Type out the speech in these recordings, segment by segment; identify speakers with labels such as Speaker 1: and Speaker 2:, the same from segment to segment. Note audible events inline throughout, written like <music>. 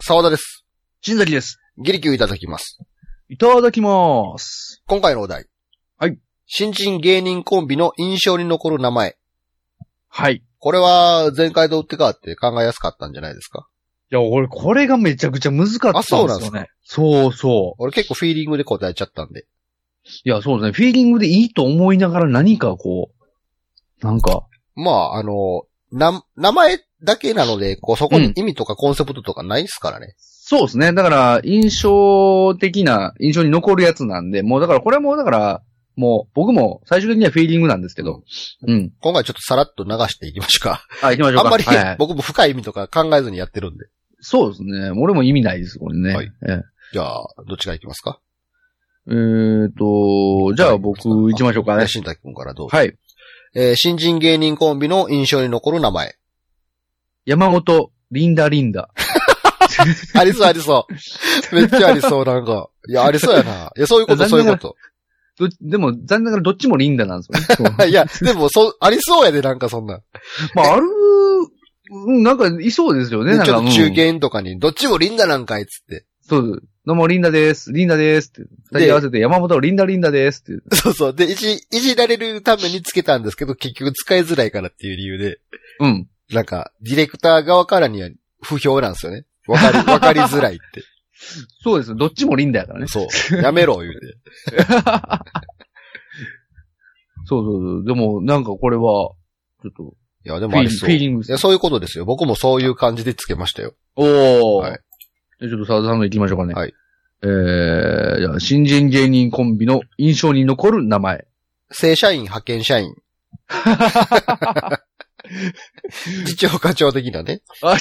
Speaker 1: 沢田です。
Speaker 2: 新崎です。
Speaker 1: ギリキューいただきます。
Speaker 2: いただきます。
Speaker 1: 今回のお題。
Speaker 2: はい。
Speaker 1: 新人芸人コンビの印象に残る名前。
Speaker 2: はい。い
Speaker 1: これは前回と打って変わって考えやすかったんじゃないですか
Speaker 2: や、俺、これがめちゃくちゃ難かったんです
Speaker 1: あそうなん
Speaker 2: よ
Speaker 1: です
Speaker 2: ね。そうそう。
Speaker 1: 俺結構フィーリングで答えちゃったんで。
Speaker 2: いや、そうですね。フィーリングでいいと思いながら何かこう、なんか、
Speaker 1: まあ、あの、な、名前だけなので、こう、そこに意味とかコンセプトとかないですからね。
Speaker 2: そうですね。だから、印象的な、印象に残るやつなんで、もうだから、これはもうだから、もう、僕も最終的にはフィーリングなんですけど。うん。
Speaker 1: 今回ちょっとさらっと流していきましょうか。
Speaker 2: あ、行きましょうか。
Speaker 1: あんまり
Speaker 2: はいはい
Speaker 1: 僕も深い意味とか考えずにやってるんで。
Speaker 2: そうですね。俺も意味ないです、これね。
Speaker 1: はい
Speaker 2: ええ
Speaker 1: じゃあ、どっちからいきますか
Speaker 2: えーと、じゃあ僕行きましょうかね。
Speaker 1: 新崎君からどうぞ。
Speaker 2: はい。
Speaker 1: えー新人芸人コンビの印象に残る名前。
Speaker 2: 山本、リンダリンダ。
Speaker 1: <laughs> ありそうありそう。めっちゃありそう、なんか。いや、ありそうやな。いや、そういうこと、
Speaker 2: 残
Speaker 1: そうい
Speaker 2: 念
Speaker 1: う
Speaker 2: ながら
Speaker 1: こ
Speaker 2: どでも、残念ながらどっちもリンダなんで
Speaker 1: <laughs>
Speaker 2: すよね。
Speaker 1: と。いや、でも、そう、ありそうやで、なんかそんな。
Speaker 2: まあ、ある、うんなんか、いそうですよね。
Speaker 1: で
Speaker 2: なん
Speaker 1: ち
Speaker 2: か、
Speaker 1: ょ
Speaker 2: う
Speaker 1: っ
Speaker 2: ん
Speaker 1: と中堅とかに、どっちもリンダなんかいっつって。
Speaker 2: そう。どうも、リンダです。リンダですって。二人合わせて、山本、リンダリンダですって。
Speaker 1: そうそう。で、いじ、いじられるためにつけたんですけど、結局使いづらいからっていう理由で、
Speaker 2: うん。
Speaker 1: なんか、ディレクター側からには不評なんですよね。わ
Speaker 2: <laughs>
Speaker 1: かり、わかりづらいって。
Speaker 2: そうです。どっちもリンダやからね。
Speaker 1: そう。やめろ、言うて。
Speaker 2: そうそうそう。でも、なんかこれは、ちょっと、
Speaker 1: いや、で
Speaker 2: フ
Speaker 1: も
Speaker 2: ィ
Speaker 1: あ
Speaker 2: ー
Speaker 1: り
Speaker 2: フ
Speaker 1: そ
Speaker 2: ィ
Speaker 1: う。
Speaker 2: ー
Speaker 1: い
Speaker 2: リングです
Speaker 1: や、。そういうことですよ。僕もそういう感じでつけましたよ。
Speaker 2: おー。
Speaker 1: はい
Speaker 2: じゃあちょっと沢田さんの行きましょうかね。
Speaker 1: はい。
Speaker 2: えー、じゃあ、新人芸人コンビの印象に残る名前。
Speaker 1: 正社員、派遣社
Speaker 2: <laughs>
Speaker 1: 員。次長課長的なね。
Speaker 2: あ、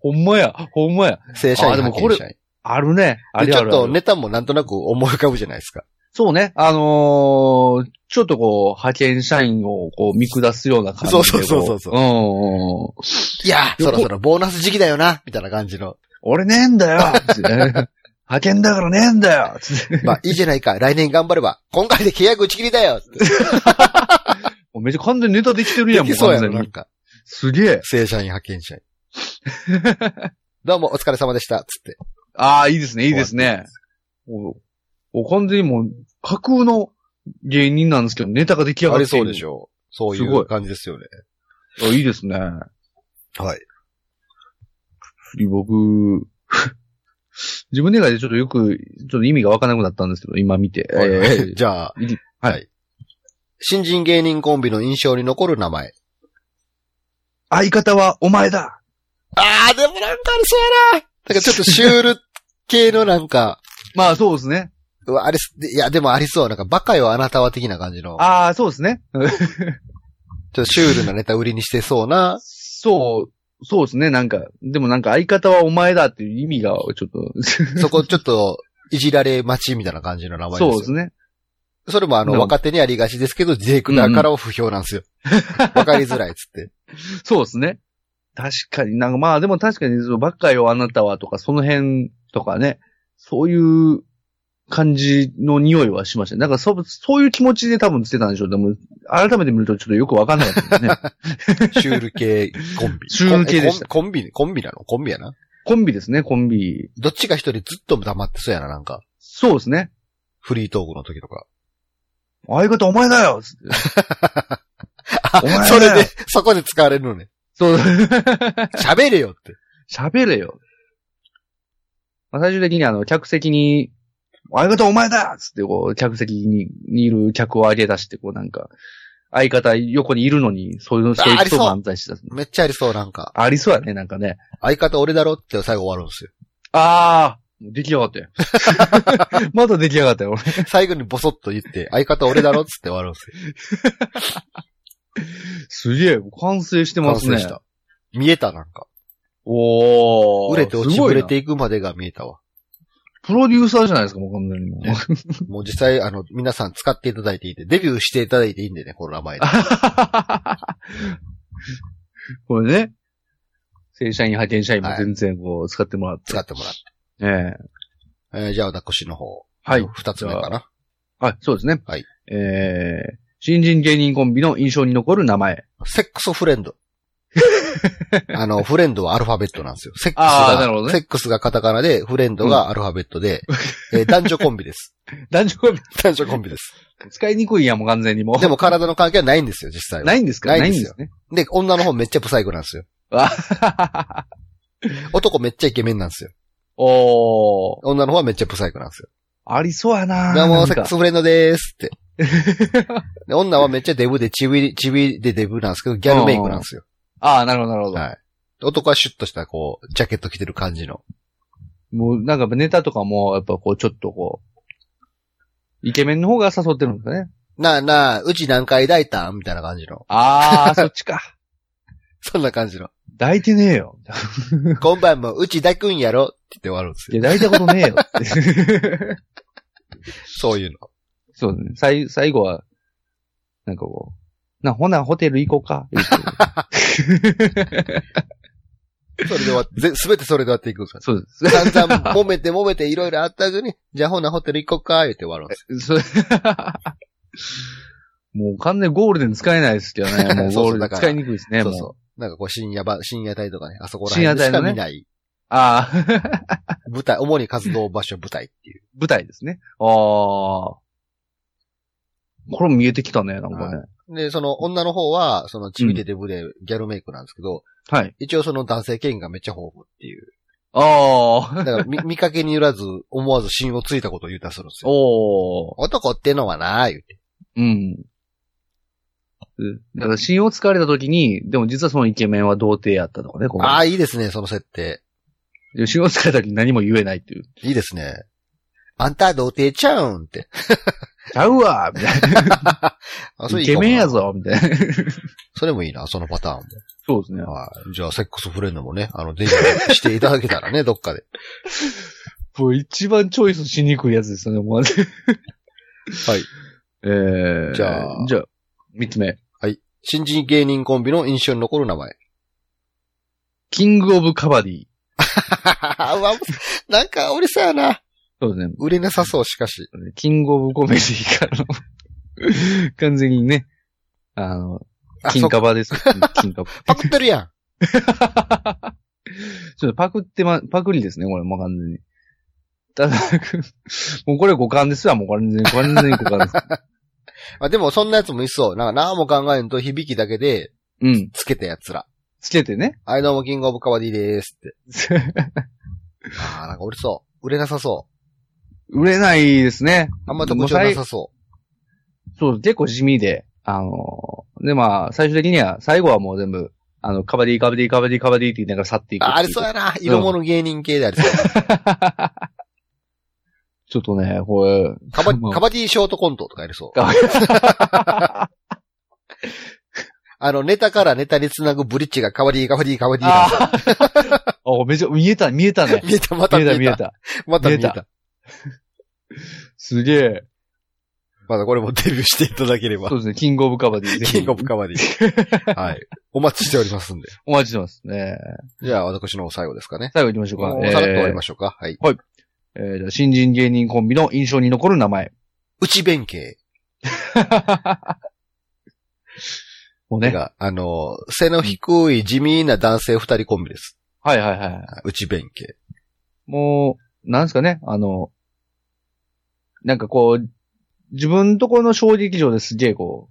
Speaker 2: ほんまや、ほんまや。
Speaker 1: 正社員、
Speaker 2: あでも
Speaker 1: 派遣
Speaker 2: これ
Speaker 1: 社員。
Speaker 2: あるね。あ
Speaker 1: で、
Speaker 2: れ
Speaker 1: ち
Speaker 2: あ
Speaker 1: ょっ
Speaker 2: るあ
Speaker 1: と
Speaker 2: る。
Speaker 1: ネタもなんとなく思い浮かぶじゃないですか。
Speaker 2: そうね。あのー、ちょっとこう、派遣社員をこう見下すような感じでこ。
Speaker 1: そうそうそうそう
Speaker 2: うんうんうん。
Speaker 1: いやー、
Speaker 2: よ
Speaker 1: そろ
Speaker 2: こ
Speaker 1: そろボーナス時期だよな、みたいな感じの。
Speaker 2: 俺ねえんだよ <laughs> つって派遣だからねえんだよ <laughs> つって
Speaker 1: まあ、いいじゃない
Speaker 2: <laughs>
Speaker 1: か。来年頑張れば。今回で契約打ち切りだよ。
Speaker 2: もうめっちゃ完全にネタできてる
Speaker 1: で
Speaker 2: やん、も
Speaker 1: き
Speaker 2: う
Speaker 1: そう
Speaker 2: 完
Speaker 1: や
Speaker 2: 全
Speaker 1: ろ、な
Speaker 2: に
Speaker 1: ん。か。
Speaker 2: すげえ。
Speaker 1: 正社員、派遣社員。 <laughs> どうも、お疲れ様でした。つって。
Speaker 2: ああ、いいですね、いいですね。もう、もう完全にもう、架空の芸人なんですけど、ネタが出来上が
Speaker 1: あ
Speaker 2: って
Speaker 1: り
Speaker 2: いる
Speaker 1: そうでしょう。そうい
Speaker 2: すご
Speaker 1: う
Speaker 2: い
Speaker 1: 感じですよね。
Speaker 2: あいいですね。
Speaker 1: はい。
Speaker 2: 次僕、 <laughs> 自分の中でちょっとよく、ちょっと意味がわからなくなったんですけど、今見て。えー
Speaker 1: じゃあ、
Speaker 2: はい
Speaker 1: 新人芸人コンビの印象に残る名前。
Speaker 2: 相方はお前だ
Speaker 1: あー、でもなんかありそうやな。なんかちょっとシュール系のなんか、 <laughs>
Speaker 2: まあそうですね。
Speaker 1: うわあれ、いや、でもありそう。なんか、バカよ、あなたは的な感じの。
Speaker 2: ああ、そうですね。
Speaker 1: ちょっとシュールなネタ売りにしてそうな。
Speaker 2: そう、そうですね。なんか、でもなんか相方はお前だっていう意味がちょっと、
Speaker 1: そこちょっと、いじられ待ちみたいな感じの名前ですよ。
Speaker 2: そうですね。
Speaker 1: それもあの、
Speaker 2: うん
Speaker 1: 若手にありがちですけど、ディレクターからは不評なんですよ。わかりづらいっつって。
Speaker 2: そうですね。確かになんかまあでも確かにそのばっかよあなたはとかその辺とかね、そういう感じの匂いはしましたね。なんかそそういう気持ちで多分つけたんでしょう。でも改めて見るとちょっとよくわかんな
Speaker 1: <laughs>
Speaker 2: かったですね。
Speaker 1: シュール系コンビ。
Speaker 2: <laughs> シュール系でした
Speaker 1: コンコンビ、コンビなのコンビやな。
Speaker 2: コンビですね、コンビ。
Speaker 1: どっちか一人ずっと黙ってそうやな、なんか。
Speaker 2: そうですね。
Speaker 1: フリートークの時とか。
Speaker 2: 相方お前だ
Speaker 1: <laughs>
Speaker 2: よつって
Speaker 1: あ
Speaker 2: お前だよ
Speaker 1: それで、そこで使われるのね。
Speaker 2: そう。
Speaker 1: 喋れよって。
Speaker 2: 喋れよ。まあ、最終的にあの、客席に、相方お前だっつってこう、客席ににいる客を上げ出して、こうなんか、相方横にいるのに、そういうの、そういう
Speaker 1: ああり
Speaker 2: 人
Speaker 1: そう
Speaker 2: 漫才してたんですね。
Speaker 1: めっちゃありそう、なんか。
Speaker 2: ありそうやね、なんかね。
Speaker 1: 相方俺だろって最後終わるんですよ。 <laughs>
Speaker 2: ああ出来上がったよ。まだ出来上がったよ、俺。
Speaker 1: 最後にボソッと言って、相方俺だろっつって終わるんです
Speaker 2: <laughs>
Speaker 1: よ。
Speaker 2: すげえ、完成してますね
Speaker 1: 完成し。た。見えた、なんか。
Speaker 2: おー。
Speaker 1: 売れて落ち
Speaker 2: すご
Speaker 1: ぶ
Speaker 2: いな
Speaker 1: れていくまでが見えたわ。
Speaker 2: プロデューサーじゃないですか、もう完全にもう。
Speaker 1: もう実際、あの、皆さん使っていただいていて、デビューしていただいていいんでね、この名前で。
Speaker 2: <laughs> これね、正社員、派遣社員も全然こう、使ってもらって。
Speaker 1: 使ってもらって。
Speaker 2: ええ
Speaker 1: えーじゃあ、私の方。
Speaker 2: はい。
Speaker 1: 二つ目かな。
Speaker 2: あ、そうですね。
Speaker 1: はい。
Speaker 2: ええ新人芸人コンビの印象に残る名前。 <laughs>
Speaker 1: セックスフレンド。あの、フレンドはアルファベットなんですよ。セックス
Speaker 2: あーなるほど
Speaker 1: が、
Speaker 2: ね
Speaker 1: セックスがカタカナで、フレンドがアルファベットで、えー男女コンビ
Speaker 2: <laughs>
Speaker 1: です。
Speaker 2: 男女コンビ
Speaker 1: 男女コンビです。
Speaker 2: 使いにくいやんもう完全にもう。
Speaker 1: でも体の関係はないんですよ、実際は。
Speaker 2: ないんですか
Speaker 1: ない
Speaker 2: ない
Speaker 1: ん
Speaker 2: ん
Speaker 1: で
Speaker 2: ですす
Speaker 1: よ
Speaker 2: ね。
Speaker 1: で、女の方めっちゃブサイクなんですよ。
Speaker 2: わは
Speaker 1: 男めっちゃイケメンなんですよ。
Speaker 2: <laughs> おー。
Speaker 1: 女の方はめっちゃブサイクなんですよ。
Speaker 2: ありそうやな
Speaker 1: どう
Speaker 2: な
Speaker 1: も、
Speaker 2: ん
Speaker 1: セッ
Speaker 2: か
Speaker 1: クスフレンドでー
Speaker 2: <laughs>
Speaker 1: すって。で女はめっちゃデブで、チビ、チビでデブなんですけど、ギャルメイクなんですよ。
Speaker 2: ああ、なるほど、なるほど。
Speaker 1: はい。男はシュッとした、こう、ジャケット着てる感じの。
Speaker 2: もう、なんかネタとかも、やっぱこう、ちょっとこう、イケメンの方が誘ってるんですね。
Speaker 1: なあなあ、うち何回抱いたんみたいな感じの。
Speaker 2: あ
Speaker 1: <laughs>
Speaker 2: あ、そっちか。
Speaker 1: そんな感じ
Speaker 2: <laughs>
Speaker 1: の。
Speaker 2: 抱いてねえよ。
Speaker 1: 今晩もうち抱くんやろって言って終わるんです
Speaker 2: い
Speaker 1: よ。
Speaker 2: や、抱いたことねえよって。
Speaker 1: そういうの。
Speaker 2: <laughs> そうね。最、最後は、なんかこう、な、ほな、ホテル行こうか。 <laughs> 言うて
Speaker 1: それで終わって、ぜ全てそれで終わっていくんですか
Speaker 2: そうです。
Speaker 1: 散々揉めて揉めていろいろあった後に、じゃあほなホテル行こっか、言って終わるんですよ。
Speaker 2: そ <laughs> もう完全にゴールデン使えないですけどね。 <laughs> もう
Speaker 1: そうそ
Speaker 2: ゴー
Speaker 1: う
Speaker 2: ルデ
Speaker 1: だ
Speaker 2: ン
Speaker 1: から
Speaker 2: 使いにくいですね、
Speaker 1: そう
Speaker 2: もう。
Speaker 1: そう。なんかこう深夜ば、深夜帯とかね、あそこら辺でし
Speaker 2: 深夜
Speaker 1: か
Speaker 2: 帯のね
Speaker 1: 見ない、
Speaker 2: ああ、
Speaker 1: 舞台、主に活動場所舞台っていう。
Speaker 2: <laughs>
Speaker 1: <laughs>
Speaker 2: 舞台ですね。ああ。これも見えてきたね、なんかね。
Speaker 1: で、その女の方は、そのチビでデブでギャルメイクなんですけど、
Speaker 2: はい。
Speaker 1: 一応その男性権がめっちゃ豊富っていう。
Speaker 2: あ
Speaker 1: だ
Speaker 2: あ。
Speaker 1: から
Speaker 2: <laughs>
Speaker 1: 見見かけによらず、思わず芯をついたことを言うたりするんですよ。
Speaker 2: おお。
Speaker 1: 男ってのはな、言って。
Speaker 2: うん。うんだから、信用使われた時に、でも実はそのイケメンは童貞やったとかね、こ
Speaker 1: ああ、いいですね、その設定。
Speaker 2: う。信用使われた時に何も言えないっていう。
Speaker 1: いいですね。あんた童貞ちゃうん
Speaker 2: <laughs>
Speaker 1: って。
Speaker 2: ちゃうわみたいな。
Speaker 1: あ
Speaker 2: イケメンや。
Speaker 1: いいかもな
Speaker 2: ぞみたいな。
Speaker 1: それもいいな、そのパターンも。
Speaker 2: そうですね。 <laughs>
Speaker 1: はい。じゃあ、セックスフレンドもね、あの、デビューしていただけたらね、どっかで。
Speaker 2: もう一番チョイスしにくいやつですよね、もう。はい。えー、
Speaker 1: じゃあ
Speaker 2: じゃあ、三つ目。
Speaker 1: 新人芸人コンビの印象に残る名前。 <laughs>
Speaker 2: キングオブカバディ。
Speaker 1: うわなんか、俺さやな。
Speaker 2: そうですね。
Speaker 1: 売れなさそう、しかし。
Speaker 2: キングオブコメディからの <laughs> 完全にね、あの、
Speaker 1: あ、
Speaker 2: 金
Speaker 1: そ
Speaker 2: カ
Speaker 1: う
Speaker 2: バです。金カバ。
Speaker 1: パクってるやん。
Speaker 2: ちょっとパクってま、パクリですね、これ、もう完全に。ただ、 <laughs> もうこれ五感ですわ、もう完全に、完全に五感です。
Speaker 1: <laughs> まあ、でも、そんなやつもいそう。なんか、何も考えんと響きだけで、
Speaker 2: うん。
Speaker 1: つけたやつら。
Speaker 2: つけて
Speaker 1: <laughs>
Speaker 2: ね。
Speaker 1: はい、どうも、キングオブカバディでーすって。ああ、なんか、売れそう。売れなさそ
Speaker 2: 売れないですね。
Speaker 1: う。あんま特徴なさそ。
Speaker 2: そう、結構地味で、あのー、で、まあ、最終的には、最後はもう全部、あの、カバディ、カバディ、カバディ、カバディって言いながら去っていうくってい
Speaker 1: あ、ありそうやな。色物芸人系でありそう。
Speaker 2: <laughs> ちょっとね、これ、
Speaker 1: カバ、
Speaker 2: まあ
Speaker 1: カバディショートコントとかやりそう。
Speaker 2: か
Speaker 1: あの、ネタからネタにつなぐブリッジがカバディ、カバディ、カバディなんですよ。
Speaker 2: あーあ、めちゃ、見えた、見えたね。
Speaker 1: 見えた、また
Speaker 2: 見
Speaker 1: 見
Speaker 2: えた、見
Speaker 1: え
Speaker 2: え
Speaker 1: た。
Speaker 2: た。
Speaker 1: また見え
Speaker 2: 見え
Speaker 1: た。
Speaker 2: すげえ。
Speaker 1: まだこれもデビューしていただければ
Speaker 2: そ。うですね、キングオブカバディ。ぜひ
Speaker 1: キングオブカバディ。
Speaker 2: <laughs>
Speaker 1: はい。お待ちしておりますんで。
Speaker 2: お待ちしてますね。
Speaker 1: じゃあ、私の最後ですかね。
Speaker 2: 最後行きましょうか。
Speaker 1: もうさらっと終わりましょうか。はい。
Speaker 2: えーえーじゃあ新人芸人コンビの印象に残る名前。 <laughs>
Speaker 1: 内弁慶
Speaker 2: もうね。
Speaker 1: が、あの、背の低い地味な男性二人コンビです。
Speaker 2: はいはいはい。
Speaker 1: 内弁慶。
Speaker 2: もう、なんですかね、あの、なんかこう、自分とこの小劇場ですげえこ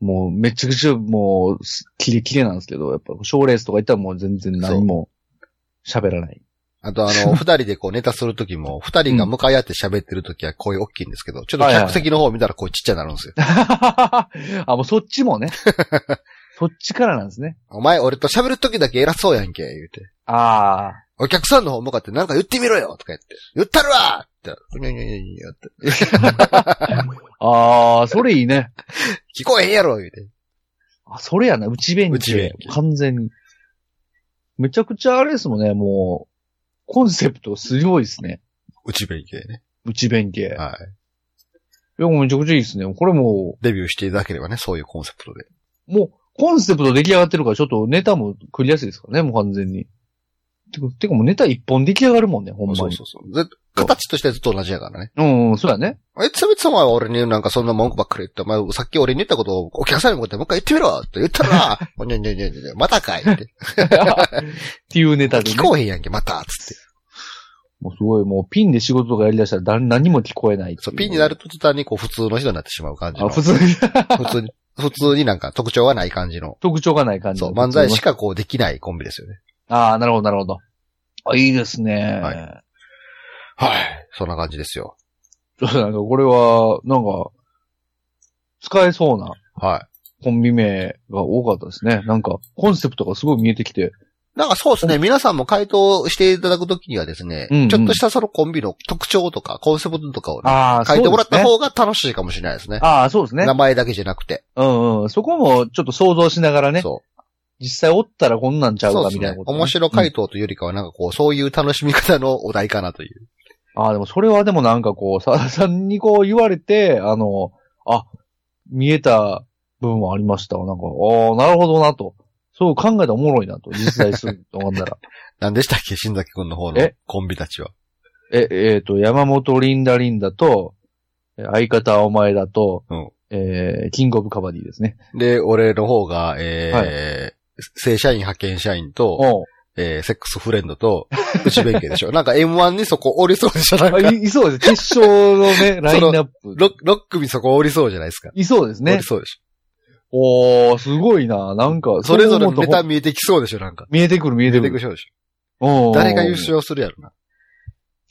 Speaker 2: う、もうめちゃくちゃもうす、キレキレなんですけど、やっぱ賞レースとか行ったらもう全然何も喋らない。 <laughs>
Speaker 1: あと、あの、二人でこうネタするときも、二人が向かい合って喋ってるときは声大きいんですけど、ちょっと客席の方見たら声ちっちゃになるんです
Speaker 2: <laughs>
Speaker 1: よ。
Speaker 2: あ、もうそっち
Speaker 1: <laughs>
Speaker 2: もね。そっちからなんですね。
Speaker 1: お前、俺と喋るときだけ偉そうやんけ、言うて。
Speaker 2: ああ。
Speaker 1: お客さんの方向かってなんか言ってみろよとか言って。言ったるわって、うにょにょにょにょって。 <laughs>
Speaker 2: ああ、それいいね。
Speaker 1: 聞こえへんやろ言うて。
Speaker 2: あ、それやな、内弁
Speaker 1: 内弁
Speaker 2: 慶。完全に。めちゃくちゃあれですもんね、もう、コンセプトすごいですね。
Speaker 1: 内弁慶ね。
Speaker 2: 内弁慶。
Speaker 1: はい。
Speaker 2: いや、もうめちゃくちゃいいですね。これも
Speaker 1: デビューしていただければね、そういうコンセプトで。
Speaker 2: う、もう、コンセプト出来上がってるから、ちょっとネタも繰りやすいですからね、もう完全に。てか、てかもうネタ一本出来上がるもんね、ほんまに。
Speaker 1: そうそうそう。で形としてはずっと同じやからね。
Speaker 2: うん、そう
Speaker 1: <laughs>
Speaker 2: だね。
Speaker 1: え、つみつまは俺になんかそんな文句ばっかり言って、お前さっき俺に言ったことをお客さんに向かってもう一回言ってみろって言った
Speaker 2: <laughs>
Speaker 1: ら、おにゃにゃにゃにゃにゃ、またかいって。
Speaker 2: っていうネタで、ね。
Speaker 1: 聞こえへんやんけ、またっつって。
Speaker 2: もうすごい、もうピンで仕事とかやりだしたらだ何も聞こえないってい
Speaker 1: そう、ピンになると途端にこう普通の人になってしまう感じ
Speaker 2: あ、
Speaker 1: の。
Speaker 2: 普
Speaker 1: 普
Speaker 2: 通に
Speaker 1: 通に、普通になんか特徴はない感じの。
Speaker 2: <laughs> 特徴がない感じ
Speaker 1: そ
Speaker 2: の。
Speaker 1: う、漫才しかこうできないコンビですよね。
Speaker 2: ああ、なるほど、なるほど。あ、いいですね。
Speaker 1: ははい。そんな感じですよ。
Speaker 2: ちょっとなんかこれは、なんか、使えそうな
Speaker 1: は
Speaker 2: コンビ名が多かったですね。なんか、コンセプトがすごい見えてきて。
Speaker 1: い。なんかそうですね、皆さんも回答していただくときにはですね、
Speaker 2: うんうん
Speaker 1: ちょっとしたそのコンビの特徴とかコンセプトとかをね、
Speaker 2: ああ、
Speaker 1: 書いてもらった
Speaker 2: そうですね
Speaker 1: 方が楽しいかもしれないですね。
Speaker 2: ああ、そうですね
Speaker 1: 名。前だけじゃなくて。
Speaker 2: うんうん。そこもちょっと想像しながらね、
Speaker 1: そう。
Speaker 2: 実際おったらこんなんちゃう
Speaker 1: そう
Speaker 2: か
Speaker 1: で
Speaker 2: み
Speaker 1: す
Speaker 2: たい
Speaker 1: ね
Speaker 2: な。こと、
Speaker 1: 面白回答というよりかは、なんかこう、そういう楽しみ方のお題かなという。
Speaker 2: うんああ、でもそれはでもなんかこう、 <laughs> さださんにこう言われて、あの、あ、見えた部分はありました。なんか、ああ、なるほどなと。そう考えたらおもろいなと、実際すると思ったら。 <laughs>
Speaker 1: 何でしたっけ新崎くんの方の
Speaker 2: え
Speaker 1: コンビたちは。
Speaker 2: え、えっ、と、山本リンダリンダと、え相方はお前だと、
Speaker 1: うん
Speaker 2: えーキングオブカバディですね。
Speaker 1: で、俺の方が、えー
Speaker 2: は
Speaker 1: 正社員派遣社員と、
Speaker 2: おう
Speaker 1: えーセックスフレンドと、内弁慶でしょ。なんか M1 にそこおりそうでしょなん
Speaker 2: あ
Speaker 1: か
Speaker 2: いいそうです。決勝 <laughs> のね、ラインナップ。
Speaker 1: 6、六組そこおりそうじゃないですか。
Speaker 2: いそうです
Speaker 1: お
Speaker 2: ね
Speaker 1: り。そうでし
Speaker 2: おー、すごいな。なんか
Speaker 1: ょ。、それぞれ
Speaker 2: そう思う
Speaker 1: ネ
Speaker 2: と
Speaker 1: タ見えてきそうでしょなんか。
Speaker 2: 見えてくる見え
Speaker 1: 見
Speaker 2: て
Speaker 1: え
Speaker 2: く
Speaker 1: てく
Speaker 2: る。
Speaker 1: そうでしょ。
Speaker 2: おー
Speaker 1: 誰が優勝するやろな。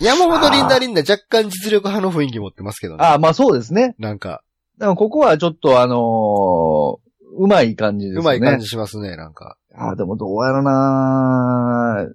Speaker 1: 山本リンダリンダ若干実力派の雰囲気持ってますけどね。
Speaker 2: あーまあそうですね。
Speaker 1: なんか、
Speaker 2: だからここはちょっとあのーうまい感じですね。
Speaker 1: うまい感じしますね、なんか。
Speaker 2: あーでもどうやらな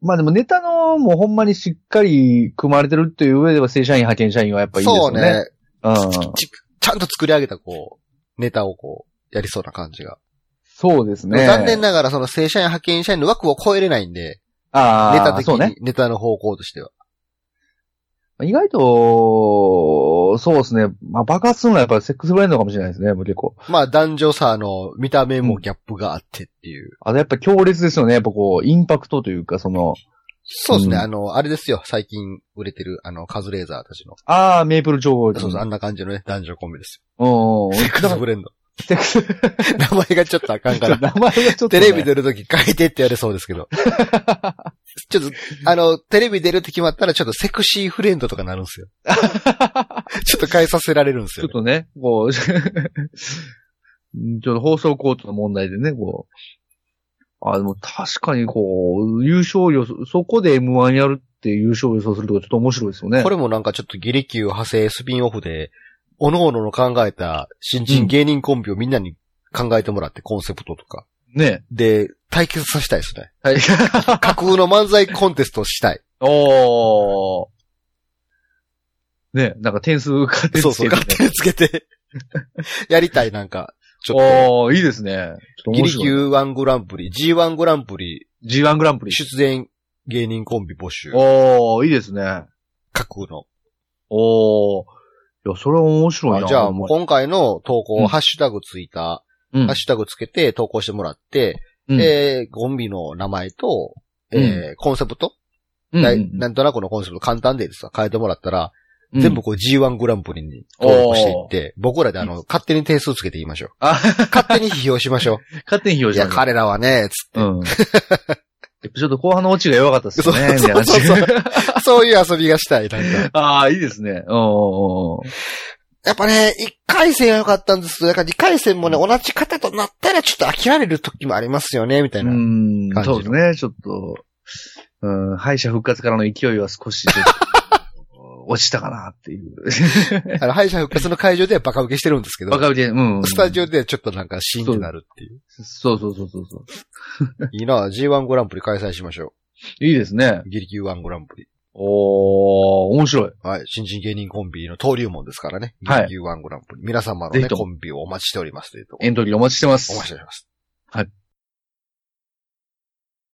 Speaker 2: まあでもネタのもうほんまにしっかり組まれてるっていう上では正社員派遣社員はやっぱいいです
Speaker 1: そう
Speaker 2: よね。
Speaker 1: ね。
Speaker 2: そうね。うん。
Speaker 1: ちちゃんと作り上げた、こう、ネタをこう、やりそうな感じが。
Speaker 2: そうですね。
Speaker 1: 残念ながら、その正社員派遣社員の枠を超えれないんで、
Speaker 2: あ
Speaker 1: ネ
Speaker 2: あ、
Speaker 1: タ的
Speaker 2: そう
Speaker 1: に、
Speaker 2: ね。
Speaker 1: ネタの方向としては。
Speaker 2: 意外と、そうですね。まあ、爆発するのはやっぱりセックスブレンドかもしれないですね、もう結構。
Speaker 1: まあ、男女差の見た目もギャップがあってっていう。
Speaker 2: あとやっぱ強烈ですよね。やっぱこう、インパクトというか、その、
Speaker 1: そうですね、
Speaker 2: うん
Speaker 1: あの、あれですよ、最近売れてる、あの、カズレーザーたちの。
Speaker 2: ああ、メープル調合
Speaker 1: そうそう、あんな感じのね、男女コンビです
Speaker 2: うん。
Speaker 1: よ。セック
Speaker 2: だ
Speaker 1: ス
Speaker 2: か
Speaker 1: ブレンド。
Speaker 2: らセックス、
Speaker 1: <laughs> 名前がちょっとあかんか
Speaker 2: 名
Speaker 1: ら。
Speaker 2: 前がちょっと、
Speaker 1: テレビ。出るとき変えてってやれそうですけ <laughs> ど。ちょっと、あの、テレビ出るって決まったら、ちょっとセクシーフレンドとかなるんですよ。 <laughs> ちょっと変えさせられるんです
Speaker 2: ちょ
Speaker 1: よ
Speaker 2: っ。とね、こう、 <laughs> うんちょっと放送コートの問題でね、こう。あ、でも確かにこう、優勝予想、そこで M1 やるって優勝予想するとかちょっと面白いですよね。
Speaker 1: これもなんかちょっとギリキュー派生スピンオフで、おのおのの考えた新人芸人コンビをみんなに考えてもらって、コンセプトとか。
Speaker 2: ね。
Speaker 1: で、対決させたいですね。
Speaker 2: は
Speaker 1: 架
Speaker 2: い。
Speaker 1: 空の漫才コンテストをしたい。
Speaker 2: <laughs> おー。ね、なんか点数勝手に
Speaker 1: そう
Speaker 2: つ
Speaker 1: そう、
Speaker 2: けて、ね
Speaker 1: 勝。手につけて。やりたい、なんか。ちょっ
Speaker 2: <laughs> おー、いいですね。ち
Speaker 1: と、
Speaker 2: ょっと
Speaker 1: ギ
Speaker 2: 面
Speaker 1: リキ
Speaker 2: 白い。
Speaker 1: ュー1グランプリ、G1 グランプリ、
Speaker 2: G1 グランプリ。
Speaker 1: 出演芸人コンビ募集。
Speaker 2: おー、いいですね。
Speaker 1: 架空の。
Speaker 2: おー。いや、それは面白いな。
Speaker 1: あじゃあ、
Speaker 2: ほんまに
Speaker 1: 今回の投
Speaker 2: う
Speaker 1: 稿、
Speaker 2: ん
Speaker 1: ハッシュタグついた、
Speaker 2: うん
Speaker 1: ハッシュタグつけて投稿してもらって、
Speaker 2: うん
Speaker 1: えー、コンビの名前と、
Speaker 2: うん
Speaker 1: えー、コンセプト、
Speaker 2: うん
Speaker 1: だ
Speaker 2: う
Speaker 1: い
Speaker 2: ん
Speaker 1: なんとなくのコンセプト簡単でですわ変えてもらったら、
Speaker 2: うん
Speaker 1: 全部こう G1 グランプリに登録していって、僕らであの、勝手に点数つけて言いましょう。
Speaker 2: あ、
Speaker 1: 勝手に批評しま
Speaker 2: <laughs>
Speaker 1: しょ
Speaker 2: 勝手に
Speaker 1: う。
Speaker 2: 表
Speaker 1: いや、
Speaker 2: 示
Speaker 1: 彼らはね、つっ
Speaker 2: <laughs> うん。ちょっと後半のオチが弱かったです
Speaker 1: そう
Speaker 2: ね。みたいな
Speaker 1: そうそう
Speaker 2: 話
Speaker 1: て、 <laughs> そういう遊びがしたい、なんか。
Speaker 2: <laughs> ああ、いいですね。おーおーおー
Speaker 1: <laughs> やっぱね、一回戦は良かったんですけど、だから二回戦もね、同じ方となったらちょっと飽きられる時もありますよね、みたいうな。
Speaker 2: ん
Speaker 1: 感じの
Speaker 2: そうですね、ちょっと、うん、敗者復活からの勢いは少し、ちょっと <laughs> 落ちたかなって <laughs> いう。
Speaker 1: あの、敗者復活の会場ではバカ受けしてるんですけど
Speaker 2: バ、カ売りで、うん。
Speaker 1: スタジオではちょっとなんかシーンとなるっていう。
Speaker 2: そうそうそうそうそう。
Speaker 1: いいな G1 グランプリ開催しましょ
Speaker 2: いいですね。
Speaker 1: う。ギリキュー1グランプリ。
Speaker 2: おー、面白い。
Speaker 1: はい。新人芸人コンビの登竜門ですからね。
Speaker 2: はい
Speaker 1: ギリキュー1グランプリ。皆様の
Speaker 2: ぜ
Speaker 1: ね、
Speaker 2: ひとも
Speaker 1: コンビをお待ちしておりますというところ。
Speaker 2: エントリーお待ちしてます。
Speaker 1: お待ちしております。
Speaker 2: はい。